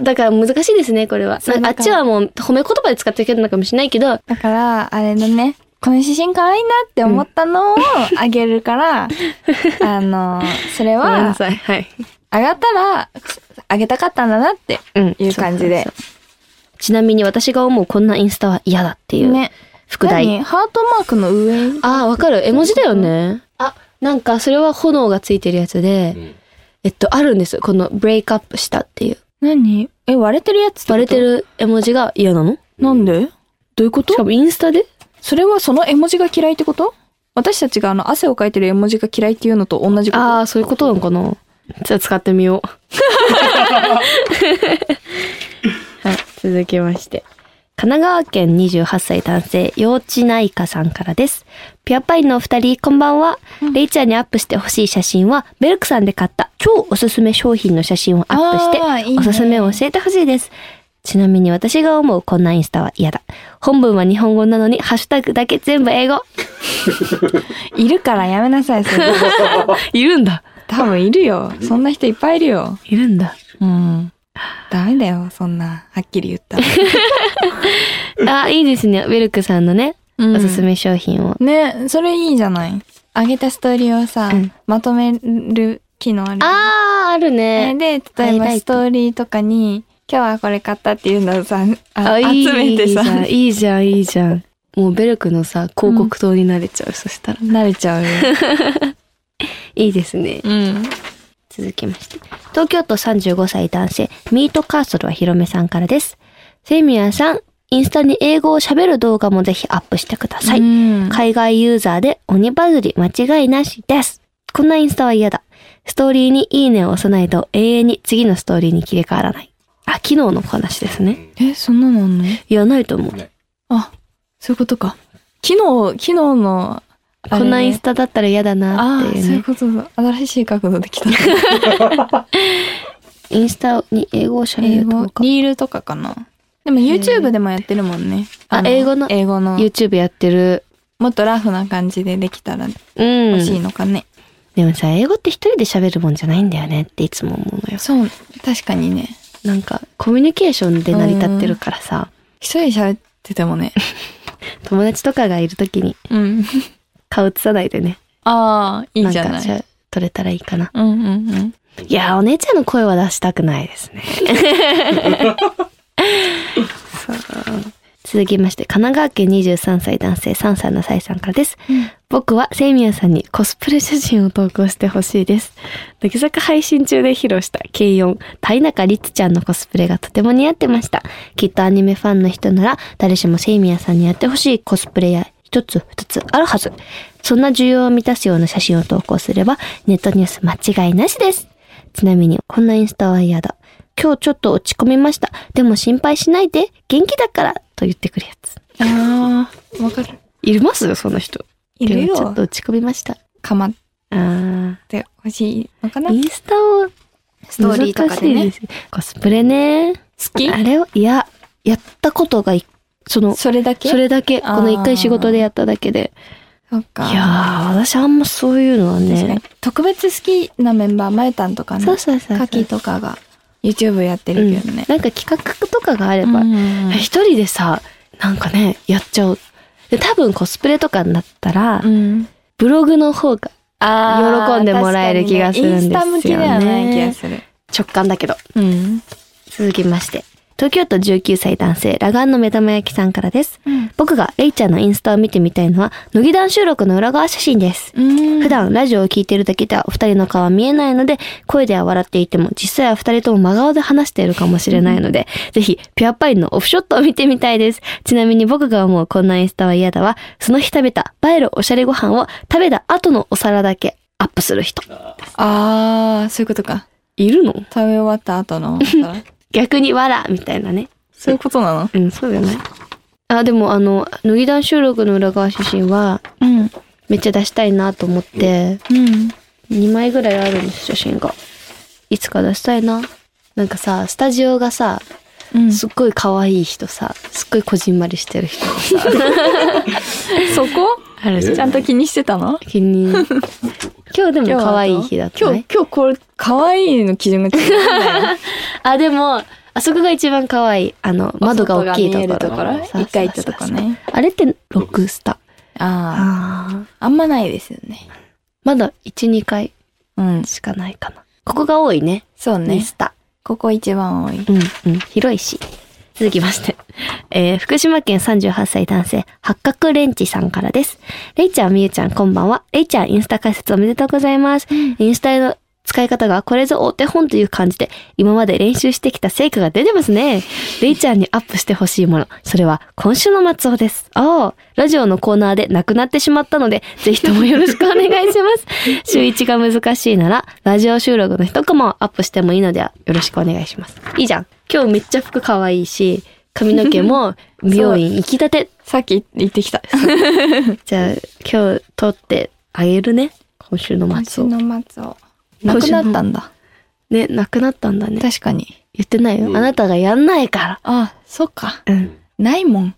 Speaker 1: だから難しいですね、これは。
Speaker 2: そう
Speaker 1: なんかあっちはもう褒め言葉で使っていけるのかもしれないけど、
Speaker 2: だからあれだねこの写真可愛いなって思ったのをあげる から、あのそれ
Speaker 1: ごめんな
Speaker 2: は
Speaker 1: さい。はい。
Speaker 2: 上がったらあげたかったんだなって
Speaker 1: うん
Speaker 2: いう感じ
Speaker 1: そうそう
Speaker 2: で
Speaker 1: そうちなみに私が思うこんなインスタは嫌だっていう。
Speaker 2: ね
Speaker 1: 副題。
Speaker 2: 何ハートマークの上に
Speaker 1: ああ、わかる。絵文字だよね。あ、なんかそれは炎がついてるやつで、
Speaker 3: うん
Speaker 1: えっと、あるんですよ。このブレイクアップしたっていう。
Speaker 2: 何え割れてるやつってこと
Speaker 1: バレてる絵文字が嫌なの
Speaker 2: なんでどういうこと
Speaker 1: しかもインスタで
Speaker 2: それはその絵文字が嫌いってこと私たちがあの汗をかいてる絵文字が嫌いっていうのと同じこと
Speaker 1: ああ、そういうことなのかな。じゃあ使ってみよう。はい、続きまして。神奈川県28歳男性、幼稚内科さんからです。ピュアパインのお二人、こんばんは。レイちゃんにアップしてほしい写真は、ベルクさんで買った超おすすめ商品の写真をアップして、
Speaker 2: あーいいね
Speaker 1: おすすめを教えてほしいです。ちなみに私が思うこんなインスタは嫌だ。本文は日本語なのに、ハッシュタグだけ全部英語。
Speaker 2: いるからやめなさ いそれ
Speaker 1: いるんだ。
Speaker 2: 多分いるよそんな人いっぱいいるよ
Speaker 1: いるんだ。
Speaker 2: うんダメだよそんなはっきり 言ったら、
Speaker 1: あ、いいですね。ベルクさんのね、おすすめ商品を。
Speaker 2: ねそれいいじゃない上げたストーリーをさ、
Speaker 1: うん
Speaker 2: まとめる機能あるよね
Speaker 1: あー、ある
Speaker 2: あれ
Speaker 1: ね。
Speaker 2: で
Speaker 1: ハ
Speaker 2: 例え
Speaker 1: イ
Speaker 2: ば
Speaker 1: ライ
Speaker 2: ス
Speaker 1: ト
Speaker 2: トーリーとかに今日はこれ買ったっていうのをさあ
Speaker 1: あいい
Speaker 2: 集めてさ
Speaker 1: いいじゃん、いいじゃん、いいじゃん。もうベルクのさ、広告塔になれちゃう、そしたら。
Speaker 2: 慣れちゃ うよ、
Speaker 1: いいですね。
Speaker 2: うん、
Speaker 1: 続きまして。東京都35歳男性、ミートカーソルはひろめさんからです。セミヤさん、インスタに英語を喋る動画もぜひアップしてください。
Speaker 2: うん
Speaker 1: 海外ユーザーで鬼バズり間違いなしです。こんなインスタは嫌だ。ストーリーにいいねを押さないと永遠に次のストーリーに切り替わらない。あ、昨日のお話ですね。
Speaker 2: えそんなのあんの
Speaker 1: いや、ないと思う。
Speaker 2: あそういうことか昨日昨日のあ
Speaker 1: こ
Speaker 2: れね
Speaker 1: んなインスタだったら嫌だな
Speaker 2: あ
Speaker 1: って
Speaker 2: ー
Speaker 1: いう
Speaker 2: そういう
Speaker 1: ね。
Speaker 2: ことだ新しい角度できた
Speaker 1: インスタに英語を喋
Speaker 2: 英
Speaker 1: る
Speaker 2: 語
Speaker 1: とか。
Speaker 2: リールとかかなでも YouTube でもやってるもんね
Speaker 1: あ
Speaker 2: の
Speaker 1: 英語の
Speaker 2: 英語の
Speaker 1: YouTube やってる。
Speaker 2: もっとラフな感じでできたら
Speaker 1: うん
Speaker 2: 欲。しいのかね、
Speaker 1: でもさ、英語って一人で喋るもんじゃないんだよねっていつも思うのよ。
Speaker 2: そう確かにね
Speaker 1: なんか、コミュニケーションで成り立ってるからさ、
Speaker 2: 一人喋っててもね
Speaker 1: 友達とかがいるときに
Speaker 2: うん
Speaker 1: 顔映さないでね。
Speaker 2: ああいいじゃない
Speaker 1: んか、ゃ撮れたらいいかな。
Speaker 2: うんうんうん
Speaker 1: いやー、お姉ちゃんの声は出したくないですね。 そう続きまして、神奈川県23歳男性3歳のさいさんからです。僕はセイミヤさんにコスプレ写真を投稿してほしいです。乃木坂配信中で披露した軽音、田中律ちゃんのコスプレがとても似合ってました。きっとアニメファンの人なら、誰しもセイミヤさんにやってほしいコスプレや一つ二つあるはず。そんな需要を満たすような写真を投稿すれば、ネットニュース間違いなしです。ちなみに、こんなインスタは嫌だ。今日ちょっと落ち込みました。でも心配しないで、元気だから、と言ってくるやつ。
Speaker 2: ああわかる
Speaker 1: いますよ、そんな人。
Speaker 2: いる
Speaker 1: でもちょっ
Speaker 2: よ
Speaker 1: と落ち込みました。
Speaker 2: かまっ
Speaker 1: あー
Speaker 2: てほしいのかな
Speaker 1: インスタを
Speaker 4: ストーリーとかで
Speaker 1: 難
Speaker 4: ね。
Speaker 1: しいすコスプレね。
Speaker 2: 好き
Speaker 1: あれを、いや、やったことがい、その、
Speaker 2: それだけ
Speaker 1: それだけ、こ
Speaker 2: あー
Speaker 1: の一回仕事でやっただけで。
Speaker 2: そっか
Speaker 1: いやー、私あんまそういうのは
Speaker 2: 確か
Speaker 1: ね
Speaker 2: に。特別好きなメンバーまゆたんとかね
Speaker 1: そうそうそうそう。
Speaker 2: カキとかが YouTube やって
Speaker 1: う
Speaker 2: る
Speaker 1: ん
Speaker 2: けどね、
Speaker 1: なんか企画とかがあれ
Speaker 2: や
Speaker 1: ば、
Speaker 2: っぱ
Speaker 1: 一人でさ、なんかね、やっちゃおう。で、多分コスプレとかになったら、
Speaker 2: うん、
Speaker 1: ブログの方が
Speaker 2: あー
Speaker 1: 喜んでもらえる気がするんですよね
Speaker 2: 確かにインスタ向きではない気がする、
Speaker 1: 直感だけど。
Speaker 2: うん
Speaker 1: 続きまして。東京都19歳男性、ラガンの目玉焼きさんからです。
Speaker 2: うん
Speaker 1: 僕がレイちゃんのインスタを見てみたいのは、乃木団収録の裏側写真です。
Speaker 2: うん、
Speaker 1: 普段ラジオを聞いてるだけではお二人の顔は見えないので、声では笑っていても実際は二人とも真顔で話しているかもしれないの で、ぜひピュアパインのオフショットを見てみたいです。ちなみに僕が思うこんなインスタは嫌だわ。その日食べた映えるおしゃれご飯を食べた後のお皿だけアップする人。
Speaker 3: あ
Speaker 2: ああそういうことか
Speaker 1: いるの
Speaker 2: 食べ終わった後の。そ
Speaker 1: 逆にわらみたいなね。
Speaker 2: ういうことなの
Speaker 1: うん、そうじゃないあ、でもあの、乃木団収録の裏側写真は、
Speaker 2: うん。
Speaker 1: めっちゃ出したいなと思って、
Speaker 2: うん。
Speaker 1: 2枚ぐらいあるんです、写真が。いつか出したいな。なんかさ、スタジオがさ、
Speaker 2: うん。
Speaker 1: すっごい可愛い人さ、すっごいこじんまりしてる人がさ、
Speaker 2: そこ
Speaker 1: あるじゃん
Speaker 2: ちゃんと気にしてたの
Speaker 1: 気に。今日でも可愛い日だった
Speaker 2: 今
Speaker 1: ね
Speaker 2: 日、。今日これ、可愛いの基準が違うんだよ
Speaker 1: あ、でも、あそこが一番可愛い。あの、 窓が大きいところ。
Speaker 2: 外が見えるところ一回行ったとこ
Speaker 1: そうそうそう
Speaker 2: ね。
Speaker 1: あれって6スタ。
Speaker 2: ああ、
Speaker 1: ああ。
Speaker 2: あんまないですよね。
Speaker 1: まだ1、2回
Speaker 2: うん。
Speaker 1: しかないかな。ここが多いね。
Speaker 2: そう
Speaker 1: 2
Speaker 2: ね
Speaker 1: ス。タ。
Speaker 2: ここ一番多い。
Speaker 1: うんうん、広いし。続きまして。えー、福島県38歳男性、八角レンチさんからです。レイちゃん、みゆちゃん、こんばんは。レイちゃん、インスタ解説おめでとうございます。インスタの使い方がこれぞお手本という感じで、今まで練習してきた成果が出てますね。レイちゃんにアップしてほしいもの。それは、今週の松尾です。ああ、ラジオのコーナーでなくなってしまったので、ぜひともよろしくお願いします。週一が難しいなら、ラジオ収録の一コマをアップしてもいいのでは、よろしくお願いします。いいじゃん。今日めっちゃ服可愛いし、髪の毛も美容院行きたて。
Speaker 2: さっき行ってきた。
Speaker 1: じゃあ、今日撮ってあげるね。今週の
Speaker 2: 今
Speaker 1: 松
Speaker 2: 週
Speaker 1: 尾。
Speaker 2: の松尾。なくなったんだ。
Speaker 1: ね、なくなったんだね。
Speaker 2: 確かに。
Speaker 1: 言ってないよ。
Speaker 3: うん
Speaker 1: あなたがやんないか
Speaker 2: ああ、そっか。
Speaker 1: ら。うん。
Speaker 2: ないもん。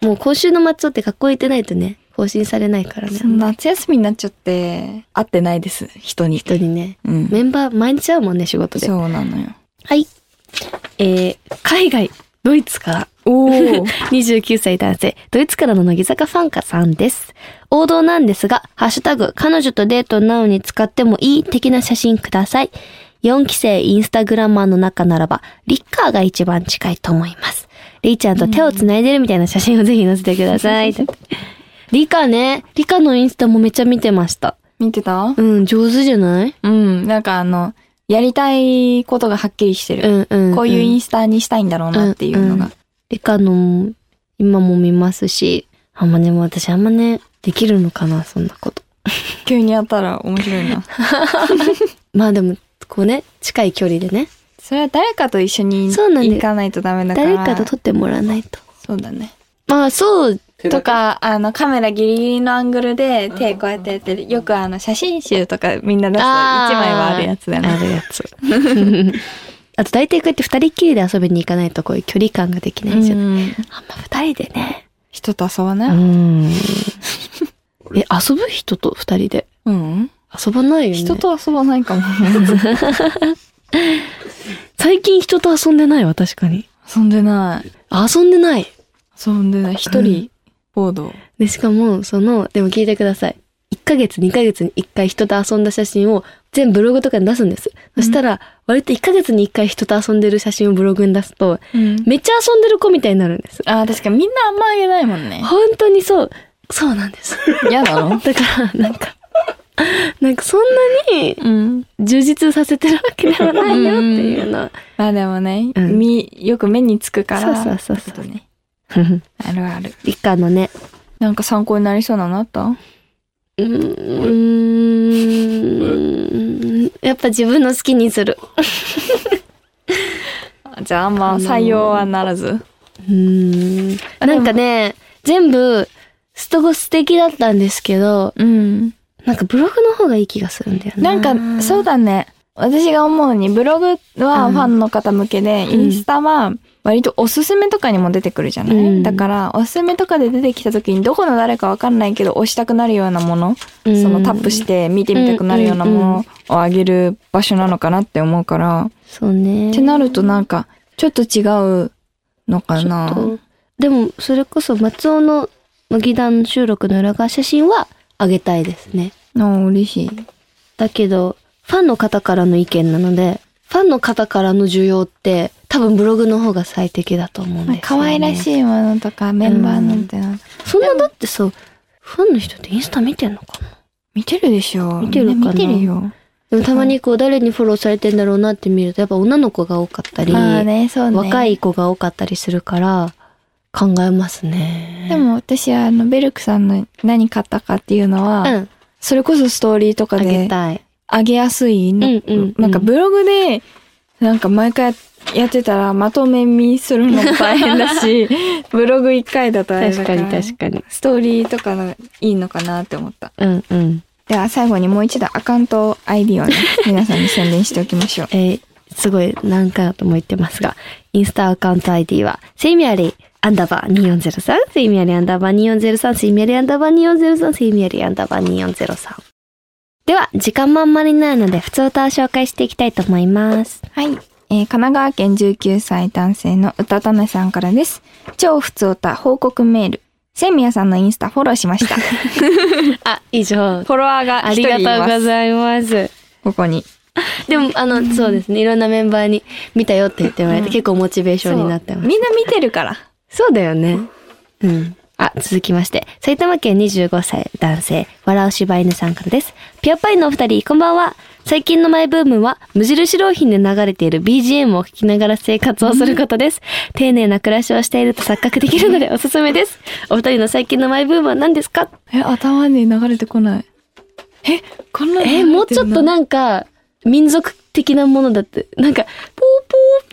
Speaker 1: もう今週の松尾って学校行ってないとね、更新されないからね。
Speaker 2: 夏休みになっちゃって、会ってないです。人に。
Speaker 1: 人にね。
Speaker 2: うん。
Speaker 1: メンバー毎日会うもんね、仕事で。
Speaker 2: そうなのよ。
Speaker 1: はい。えー、海外、ドイツから。
Speaker 2: おお。
Speaker 1: 29歳男性、ドイツからの乃木坂ファンカさんです。王道なんですが、ハッシュタグ、彼女とデートなのに使ってもいい的な写真ください。4期生インスタグラマーの中ならば、リッカーが一番近いと思います。リーちゃんと手を繋いでるみたいな写真をぜひ載せてくださ い。リカね、リカのインスタもめっちゃ見てました。
Speaker 2: 見てた
Speaker 1: うん、上手じゃない
Speaker 2: うん。なんかあの、やりたいことがはっきりして
Speaker 1: う
Speaker 2: る。
Speaker 1: んうん、
Speaker 2: こういうイ
Speaker 1: ン
Speaker 2: ンスタにしたいんだろうなっていうのが。
Speaker 1: リカのも今も見ますし、あんまね、もう私あんまね、できるのかな、そんなこと。
Speaker 2: 急にやったら面白 いな。
Speaker 1: まあでも、こうね、近い距離でね、
Speaker 2: それは誰かと一緒に
Speaker 1: そうなんだよ
Speaker 2: 行かないとダメだから。
Speaker 1: 誰かと撮ってもらわないと。
Speaker 2: そうだね。
Speaker 1: まあそう、
Speaker 2: とか、あの、カメラギリギリのアングルで手こうやってやってる。よくあの、写真集とかみんな出す一枚
Speaker 1: あー
Speaker 2: はあるやつだ
Speaker 1: あ
Speaker 2: ね。
Speaker 1: るやつ。 あと大体こうやって二人っきりで遊びに行かないとこういう距離感ができないんですよ。
Speaker 2: うん
Speaker 1: あんま二人でね。
Speaker 2: 人と遊ば
Speaker 1: う
Speaker 2: ない
Speaker 1: ん。え、遊ぶ人と二人で。
Speaker 2: うん。
Speaker 1: 遊ばないよね。
Speaker 2: 人と遊ばないかも。
Speaker 1: 最近人と遊んでないわ、確かに。
Speaker 2: 遊んでない。
Speaker 1: 遊んでない。
Speaker 2: 遊んでない。一人、ボード。
Speaker 1: で、しかも、その、でも聞いてください。1ヶ月、2ヶ月に1回人と遊んだ写真を全部ブログとかに出すんです。そしたら、割と1ヶ月に1回人と遊んでる写真をブログに出すと、
Speaker 2: うん。
Speaker 1: めっちゃ遊んでる子みたいになるんです。
Speaker 2: あー、確かにみんなあんまあげないもんね。
Speaker 1: 本当にそう、そうなんです。
Speaker 2: 嫌なの
Speaker 1: だから、なんか、なんかそんなに
Speaker 2: うん。
Speaker 1: 充実させてるわけではないよっていうのは。
Speaker 2: まあでもね、
Speaker 1: うん
Speaker 2: み、よく目につくから。
Speaker 1: そうそうそうそう
Speaker 2: ってことね。あるある。
Speaker 1: 理科のね、
Speaker 2: なんか参考になりそうなのあった
Speaker 1: うーん、やっぱ自分の好きにする。
Speaker 2: じゃあ、まあ採用はならず。
Speaker 1: うーん
Speaker 2: あで
Speaker 1: な
Speaker 2: も
Speaker 1: んかね、全部、すとご素敵だったんですけど、
Speaker 2: うん。
Speaker 1: なんかブログの方がいい気がするんだよね。
Speaker 2: なんか、そうだね。私が思うに、ブログは
Speaker 1: うん
Speaker 2: ファンの方向けで、
Speaker 1: ん
Speaker 2: インスタは割とおすすめとかにも出てくるじゃない、
Speaker 1: うん
Speaker 2: だから、おすすめとかで出てきた時に、どこの誰かわかんないけど、押したくなるようなもの、
Speaker 1: うん
Speaker 2: そのタップして見てみたくなるようなものをあげる場所なのかなって思うから、
Speaker 1: そうね。
Speaker 2: ってなるとなんか、ちょっと違うのか
Speaker 1: ちょ
Speaker 2: な。
Speaker 1: っとでも、それこそ松尾の乃木団収録の裏側写真はあげたいですね。
Speaker 2: の嬉しい。
Speaker 1: だけど、ファンの方からの意見なので、ファンの方からの需要って、多分ブログの方が最適だと思うんですよ、ね。
Speaker 2: 可愛らし
Speaker 1: い。
Speaker 2: いものとかメンバーなんてな
Speaker 1: そんなだってさ、ファンの人ってインスタ見てんのかな
Speaker 2: 見てるでしょ
Speaker 1: 見てるかな
Speaker 2: みん見てるよ
Speaker 1: でもたまにこう誰にフォローされてんだろうなって見るとやっぱ女の子が多かったり、
Speaker 2: まあねそうね
Speaker 1: 若い子が多かったりするから考えますね。
Speaker 2: でも私はあのベルクさんの何買ったかっていうのは、
Speaker 1: うん。
Speaker 2: それこそストーリーとか
Speaker 1: あげ
Speaker 2: で
Speaker 1: たい。
Speaker 2: 上げやすい、
Speaker 1: うんうん。
Speaker 2: なんかブログでなんか毎回やってたらまとめ見するのも大変だ しブログ1回だとあれだ
Speaker 1: 確か
Speaker 2: か
Speaker 1: らに確かに。
Speaker 2: ストーリーとかのいいのかなって思った
Speaker 1: うんうん。
Speaker 2: では最後にもう一度アカウント ID を ね皆さんに宣伝しておきましょう
Speaker 1: えーすごい何回とも言ってますが、インスタアカウント ID は、セイミアリーアンダーバー2403、セイミアリーアンダーバー2403、セイミアリーアンダーバー2403、セイミアリーアンダーバー2403。では、時間もあんまりないので、普通歌を紹介していきたいと思います。
Speaker 2: はい、えー神奈川県19歳男性のうたためさんからです超ふつおた報告メールセミヤさんのインスタフォローしました フ
Speaker 1: あ、以上。
Speaker 2: ォロワーが
Speaker 1: あ
Speaker 2: 一
Speaker 1: り
Speaker 2: 人
Speaker 1: が
Speaker 2: いま
Speaker 1: とうご
Speaker 2: す
Speaker 1: ざいます。
Speaker 2: ここに
Speaker 1: でも、あの、そうですね。いろんなメンバーに見たよって言ってもらえて、
Speaker 2: うん
Speaker 1: 結構モチベーションになってます。
Speaker 2: みんな見てるから
Speaker 1: そうだよね。うん。あ、続きまして、埼玉県25歳男性、笑う柴犬さんからです。ピアパイのお二人、こんばんは。最近のマイブームは、無印良品で流れている BGM を聴きながら生活をすることです。丁寧な暮らしをしていると錯覚できるの でおすすめです。お二人の最近のマイブームは何ですか
Speaker 2: え、頭に流れてこない。え、こんな
Speaker 1: えーもうちょっとなんか、民族的なものだって、なんか、ポー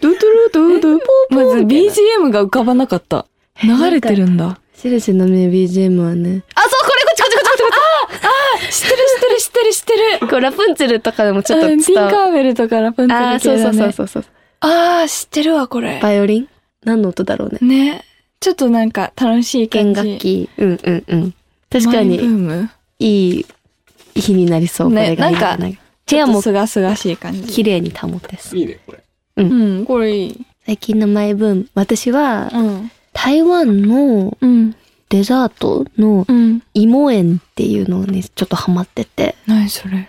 Speaker 1: ポー、ドゥドゥルドゥドゥ、ポー
Speaker 2: ま
Speaker 1: ポー
Speaker 2: ず
Speaker 1: みたいな。
Speaker 2: BGM が浮かばなかった。流れてるんだ。
Speaker 1: 印のね、BGM はね、
Speaker 2: あ、そう、これ、こっちこっちこっちこっち。ああ、知ってる知ってる知ってる知ってる。
Speaker 1: こうラプンツェルとかでもちょっと
Speaker 2: うん
Speaker 1: 伝
Speaker 2: ティ
Speaker 1: わ
Speaker 2: ン
Speaker 1: る。
Speaker 2: カーベルとかラプンツェ
Speaker 1: あ
Speaker 2: ル
Speaker 1: あ、そ
Speaker 2: 系
Speaker 1: うそ
Speaker 2: だ
Speaker 1: うそ
Speaker 2: ね
Speaker 1: う。そうそう。
Speaker 2: ああ、知ってるわ、これ。
Speaker 1: バイオリン何の音だろうね。
Speaker 2: ね。ちょっとなんか楽しい
Speaker 1: 弦
Speaker 2: 感じ。
Speaker 1: 楽器。うんうんうん。確か
Speaker 2: マイブー
Speaker 1: に、
Speaker 2: ム。
Speaker 1: いい日になりそう。
Speaker 2: ね
Speaker 1: これがいい
Speaker 2: なんか
Speaker 1: じゃい部
Speaker 2: ち
Speaker 1: 屋
Speaker 2: ょっと
Speaker 1: も
Speaker 2: すがすがしい感じ。
Speaker 1: 綺麗に保ってす。
Speaker 3: いいね、これ。
Speaker 2: うん、これいい。
Speaker 1: 最近のマイブーム。私は、
Speaker 2: うん。
Speaker 1: 台湾の
Speaker 2: うん。
Speaker 1: デザートの
Speaker 2: うん。
Speaker 1: 芋園っていうのにちょっとハマってて。
Speaker 2: 何それ。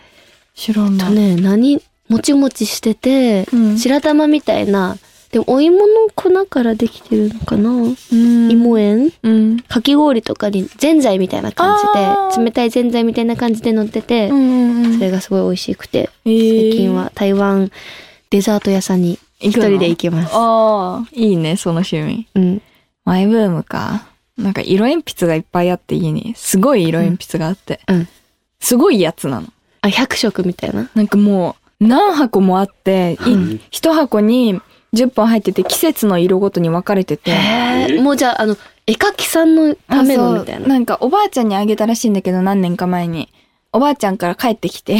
Speaker 2: 知らん
Speaker 1: と
Speaker 2: な。
Speaker 1: ね、何、もちもちしてて、
Speaker 2: うん
Speaker 1: 白玉みたいな、でもお芋の粉からできてるのかな、
Speaker 2: うん
Speaker 1: 芋園
Speaker 2: うん。
Speaker 1: かき氷とかにぜんざいみたいな感
Speaker 2: あ
Speaker 1: じ
Speaker 2: ー
Speaker 1: で冷たいぜんざいみたいな感じで乗ってて、
Speaker 2: うんうんうん
Speaker 1: それがすごい美味しくて
Speaker 2: えー
Speaker 1: 最近は台湾デザート屋さんに一人で行きます。
Speaker 2: ああ、いいね、その趣味。
Speaker 1: うん、
Speaker 2: マイブームか。なんか色鉛筆がいっぱいあって家に。すごい色鉛筆があって。
Speaker 1: うん、
Speaker 2: すごいやつなの。
Speaker 1: あ100色みたいな。
Speaker 2: なんかもう何箱もあって、い
Speaker 3: うん
Speaker 2: 一箱に10本入ってて季節の色ごとに分かれてて。
Speaker 1: へ
Speaker 3: え
Speaker 1: ーもうじゃああの絵描きさんのためのみたいな。
Speaker 2: なんかおばあちゃんにあげたらしいんだけど何年か前に。おばあちゃんから帰ってきて。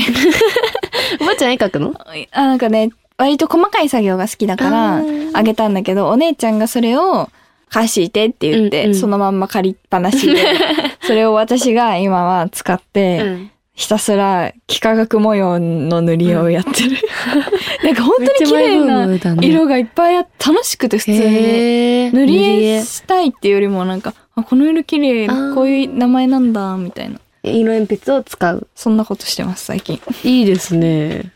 Speaker 1: おばあちゃん絵描くの
Speaker 2: あなんかね、割と細かい作業が好きだから
Speaker 1: あー、
Speaker 2: あげたんだけど、お姉ちゃんがそれを貸してって言って、
Speaker 1: うんうん
Speaker 2: そのまんま借りっぱなしで、 それを私が今は使って、
Speaker 1: うん
Speaker 2: ひたすら幾何学模様の塗り絵をやってる。 なんか本当に綺
Speaker 1: め
Speaker 2: 麗
Speaker 1: っちゃマイブームだ
Speaker 2: な
Speaker 1: ね
Speaker 2: 色がいっぱいあって、楽しくて普通に。
Speaker 1: へー
Speaker 2: 塗り絵したいっていうよりもなんか、あ、この色綺麗
Speaker 1: あ、ー
Speaker 2: こういう名前なんだ、みたいな。
Speaker 1: 塗り絵色鉛筆を使う。
Speaker 2: そんなことしてます、最近。
Speaker 1: いいですね。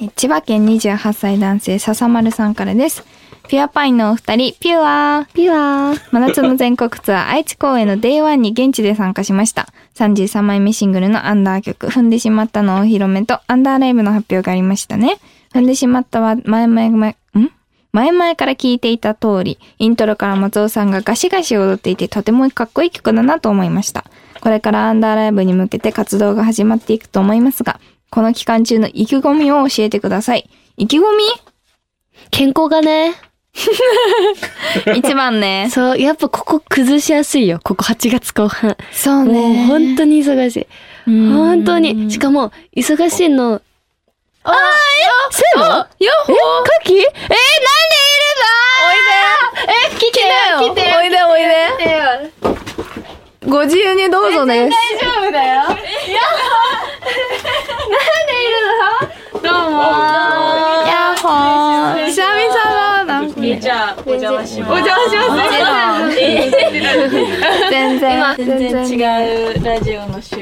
Speaker 2: え千葉県28歳男性笹丸さんからですピュアパインのお二人ピュアピュア真夏の全国ツアー愛知公演の Day1 に現地で参加しました33枚目シングルのアンダー曲踏んでしまったのお披露目とアンダーライブの発表がありましたね踏んでしまったは前々前ん前々から聞いていた通り、イントロから松尾さんがガシガシ踊っていてとてもかっこいい曲だなと思いました。これからアンダーライブに向けて活動が始まっていくと思いますが、この期間中の意気込みを教えてください。意気込
Speaker 1: 健康がね。
Speaker 2: み一番ね。
Speaker 1: そう、やっぱここ崩しやすいよ。ここ8月後半。
Speaker 2: そう
Speaker 1: もう
Speaker 2: ね。
Speaker 1: 本当に忙しい。
Speaker 2: うん
Speaker 1: 本当に。しかも、忙しいの。ああ、セイも
Speaker 2: よっほー
Speaker 1: カキえー、なんでいるのえ、来てよ
Speaker 2: おいでおいでおいで。ご自由にどうぞです。
Speaker 3: あ
Speaker 2: やっほー久々だな。
Speaker 3: ーいいじゃ
Speaker 4: お邪魔し
Speaker 3: お邪
Speaker 4: 魔しま
Speaker 2: 全然。全然違う。
Speaker 1: 何のラジ オ
Speaker 2: ス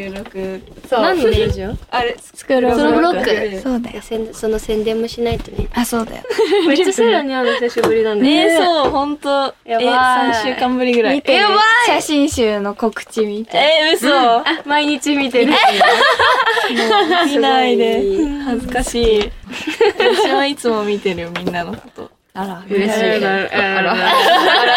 Speaker 2: クロ
Speaker 1: スクロールロック
Speaker 2: そうだよ。
Speaker 1: その宣伝もしないとね。
Speaker 2: あ、そうだよ。
Speaker 1: めっちゃセイラに会うの久しぶりなんで。
Speaker 5: ねえ、そう、ほんと。え、
Speaker 1: やばい
Speaker 5: 3週間ぶりぐらい。
Speaker 2: やばい写真集の告知みたい
Speaker 5: え、嘘。
Speaker 1: 毎日見てる。
Speaker 5: 見ないで。恥ずかしい。私はいつも見てるよ、みんなのこと。
Speaker 2: な。あら、
Speaker 1: 嬉しい。
Speaker 2: あら。
Speaker 5: あらららららら。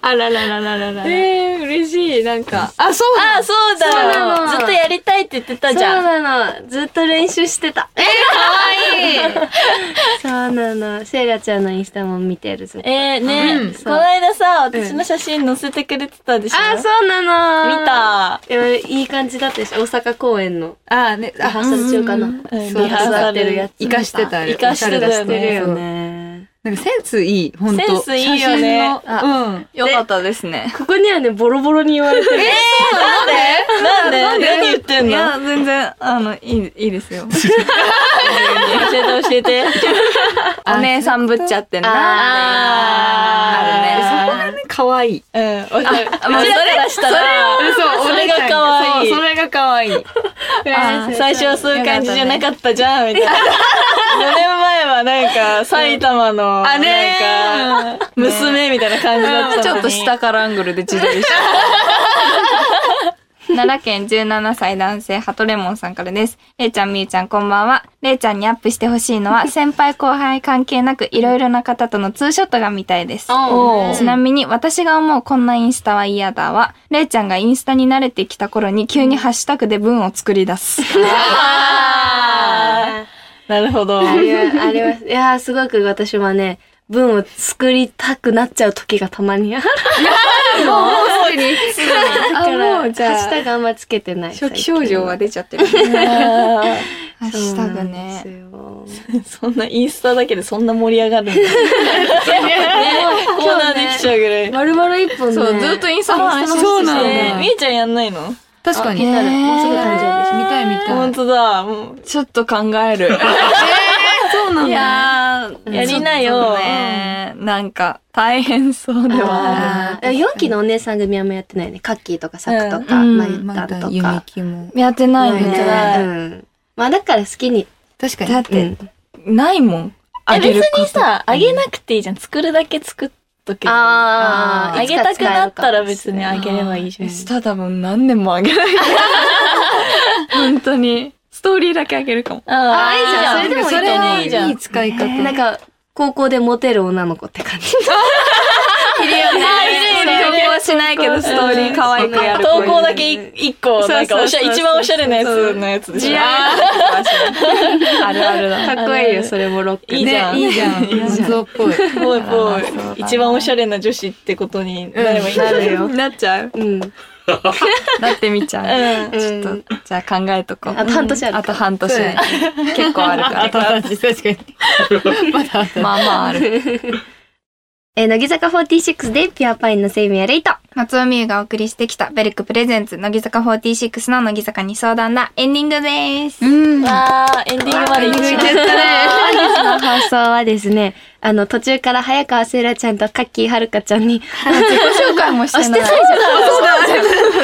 Speaker 5: あらららららら。え、嬉嬉しい、なんか。あ、そう
Speaker 6: あ、そうだよ
Speaker 1: そうなの
Speaker 6: ずっとやりたいって言ってた
Speaker 1: そう
Speaker 6: じゃん。
Speaker 1: なの。
Speaker 6: ずっと練習してた。え
Speaker 1: そうなの。セイラちゃんのインスタも見てるぞ。
Speaker 6: えー、ね、
Speaker 5: うん
Speaker 6: この間さ、私の写真載せてくれてたでしょ、
Speaker 1: あ、そうなの。
Speaker 6: 見。た。
Speaker 1: でもいい感じだったでしょ。大阪公演の
Speaker 5: あ、ね、
Speaker 1: リハーサル中かな。
Speaker 6: うん
Speaker 1: そう
Speaker 6: リハーサル
Speaker 1: 飾ってるやつ。
Speaker 5: 生かしてた。
Speaker 6: 生かしてたよね
Speaker 5: おゃれだ
Speaker 1: してる
Speaker 5: ね
Speaker 1: よね。
Speaker 5: なんかセンスいい、ほんと。
Speaker 6: センスいいよね
Speaker 5: 写真のうん。
Speaker 2: よかったですね。
Speaker 1: ここにはね、ボロボロに言われてる。
Speaker 6: なんで何言ってん
Speaker 2: い
Speaker 6: の
Speaker 2: や、全然、あの、いい、いいですよ。
Speaker 6: 教えて教えて。
Speaker 2: お姉さんぶっちゃってんなーっていうのがあるね。
Speaker 5: そこがね、可愛い。
Speaker 6: うん。おちら
Speaker 2: もうそれ
Speaker 6: からしたら、
Speaker 5: そう、
Speaker 6: それが可愛い
Speaker 5: そうそれが可愛い。
Speaker 6: あ最初はそういう感じじゃなかったじゃん、みたいな。4年前はなんか、埼玉の、なん
Speaker 5: ね
Speaker 6: か、娘みたいな感じだったのに。
Speaker 2: ちょっと下からアングルで自撮りした。 奈良県17歳男性、ハトレモンさんからです。れいちゃん、みゆちゃん、こんばんは。れいちゃんにアップしてほしいの は、先輩後輩関係なく、いろいろな方とのツーショットが見たいです。
Speaker 6: お
Speaker 2: ちなみに、私が思うこんなインスタは嫌だわ。れいちゃんがインスタに慣れてきた頃に、急にハッシュタグで文を作り出 す。
Speaker 6: あーなるほど。
Speaker 1: ありまあります。いやー、すごく私はね、文を作りたくなっちゃう時がたまにある。だから、ハッシュタグあんまつけてない。
Speaker 2: 初期症状は出ちゃってる。ハッシ
Speaker 1: 最
Speaker 2: ュ
Speaker 1: 近
Speaker 2: タ
Speaker 1: は
Speaker 2: グ
Speaker 1: そう
Speaker 2: ね。
Speaker 1: なんですよ
Speaker 6: そんなインスタだけでそんな盛り上がるんだ。ねコーナーできちゃうぐらい。
Speaker 1: 丸々一本ね。
Speaker 2: そう、ずっとインスタの話して
Speaker 5: そうなの
Speaker 6: ねえみーちゃんやんないの
Speaker 5: 確かに。
Speaker 2: あ気に
Speaker 5: 見
Speaker 2: なる
Speaker 1: もうすぐ誕生日でしょ
Speaker 5: たい見た
Speaker 6: 本
Speaker 5: い。
Speaker 6: 当だ。もう
Speaker 2: ちょっと考える。
Speaker 5: そうなん
Speaker 2: いやー、
Speaker 6: やりなよ。
Speaker 2: ねなんか、大変そうではあ
Speaker 1: あー四期のお姉さん組はもうやってないね。カッキーとかサクとか、
Speaker 2: うん
Speaker 1: マユタ
Speaker 5: ま
Speaker 1: ン
Speaker 5: た、
Speaker 1: と
Speaker 5: ゆみ
Speaker 1: か。
Speaker 5: きも。
Speaker 2: る。やってない
Speaker 1: うん
Speaker 2: ね。
Speaker 1: うん。まあだから好きに。
Speaker 5: 確かに
Speaker 2: だ。って、ないもん。あ
Speaker 6: え、
Speaker 2: げ
Speaker 6: 別
Speaker 2: るこ
Speaker 6: に
Speaker 2: と。
Speaker 6: さ、あげなくていいじゃん。作るだけ作っとけばいい。
Speaker 1: あー
Speaker 6: あげたくなったら別にあげればいいじゃん。
Speaker 2: スタダも何年もあげない。本当に。ストーリーだけあげるかも。
Speaker 6: あ
Speaker 1: あーいいじゃんそれでもいい
Speaker 6: それはいいじゃ
Speaker 5: いい
Speaker 6: ん。
Speaker 5: 使い方。
Speaker 1: なんか、高校でモテる女の子って感じ。
Speaker 2: 投稿しないけど、ストーリー可愛くやる。
Speaker 6: 投稿だけ一個、なんかおし
Speaker 2: そうそうそう
Speaker 6: ゃ、
Speaker 2: そう
Speaker 6: 一番おしゃれなやつのやつでしょ。
Speaker 2: あるあるだ。
Speaker 1: かっこいいよ、それもロックで。
Speaker 6: いいじゃん。
Speaker 5: いいじゃん。松尾っぽい。
Speaker 6: ぽいぽい。一番おしゃれな女子ってことになればいいんだよ。
Speaker 1: よ。
Speaker 2: なっちゃう
Speaker 1: うん。
Speaker 2: なってみちゃう。
Speaker 6: うん。
Speaker 2: ちょっと、じゃあ考えとこう。
Speaker 1: あと半年あるか
Speaker 2: あと半年。結構あるから。
Speaker 5: 確かに。
Speaker 2: まあまあある。
Speaker 4: えー、乃木坂46でピュアパインのセイミアレイト。
Speaker 2: 松尾美優がお送りしてきたベルクプレゼンツ、乃木坂46の乃木坂に相談だ、エンディングです。
Speaker 1: うん。
Speaker 6: わー、エンディングまで行っちゃった。
Speaker 1: 本日の放送はですね、あの、途中から早川せいらちゃんとカッキーはるかちゃんに、
Speaker 2: 自己紹介もしてない。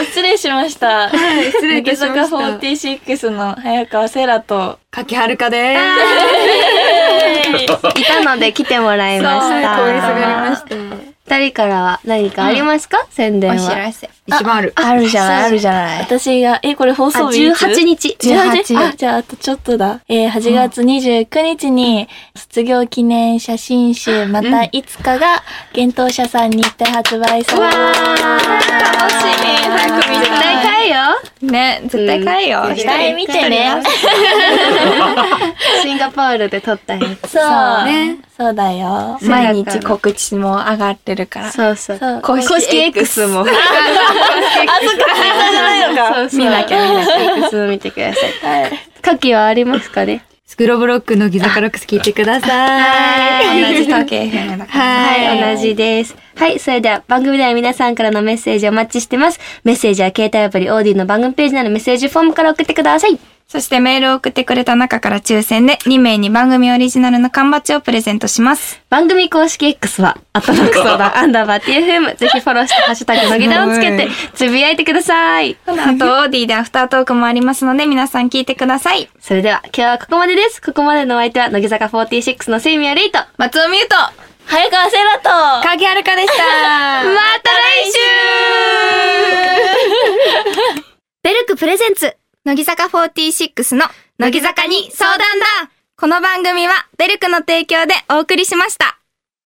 Speaker 6: 失礼しました。
Speaker 5: 失
Speaker 6: 乃木坂46の早川セイラと、
Speaker 5: 柿はるかでー
Speaker 1: いたので来てもらいました。
Speaker 5: そう通りすがりました
Speaker 1: 二人からは何かありますか、宣伝は。
Speaker 2: せ。
Speaker 5: す。一番ある。
Speaker 2: あるじゃない、あるじゃない。
Speaker 6: 私が、え、これ放
Speaker 1: あ、
Speaker 6: 送日いつ
Speaker 1: 18日。
Speaker 6: 18あ、じゃあ、あとちょっとだ。えー、8月29日に、卒業記念写真集、またいつかが、幻冬社さんに行って発売されます。
Speaker 1: 楽しみ。早く見たい。絶対買えよ。
Speaker 2: ね、絶対買えよ。
Speaker 6: 絶対見てね。
Speaker 1: シンガポールで撮ったや
Speaker 6: そう。ね。そうだよ。
Speaker 2: 毎日告知も上がってるから
Speaker 1: つ。。そうそう。
Speaker 6: そう。
Speaker 2: 公式 X も。
Speaker 1: そうそう。見なきゃ見なき ゃ。いくつも見てください。カッキーはありますかね
Speaker 5: スクロブロックのギザカロックス聞いてください。
Speaker 2: 同じ時計編だから。
Speaker 1: はい、同じです。はい、それでは番組では皆さんからのメッセージをお待ちしてます。メッセージは携帯アプリオーディの番組ページなどメッセージフォームから送ってください。
Speaker 2: そしてメールを送ってくれた中から抽選で2名に番組オリジナルの缶バッジをプレゼントします。
Speaker 1: 番組公式 X は、アットマークソー ダ、アンダーバー TFM、ぜひフォローして、ハッシュタグ、のぎだをつけて、つぶやいてください。
Speaker 2: この後オーディでアフタートークもありますので皆さん聞いてください。
Speaker 1: それでは、今日はここまでです。ここまでのお相手は、乃木坂46のセイミアレイト。ま
Speaker 2: 松尾美優と
Speaker 6: 早川セイラと、
Speaker 2: 鍵はるかでした。
Speaker 1: た来週
Speaker 4: ベルクプレゼンツ。
Speaker 2: 乃木坂46の乃木坂に相談だこの番組はベルクの提供でお送りしました。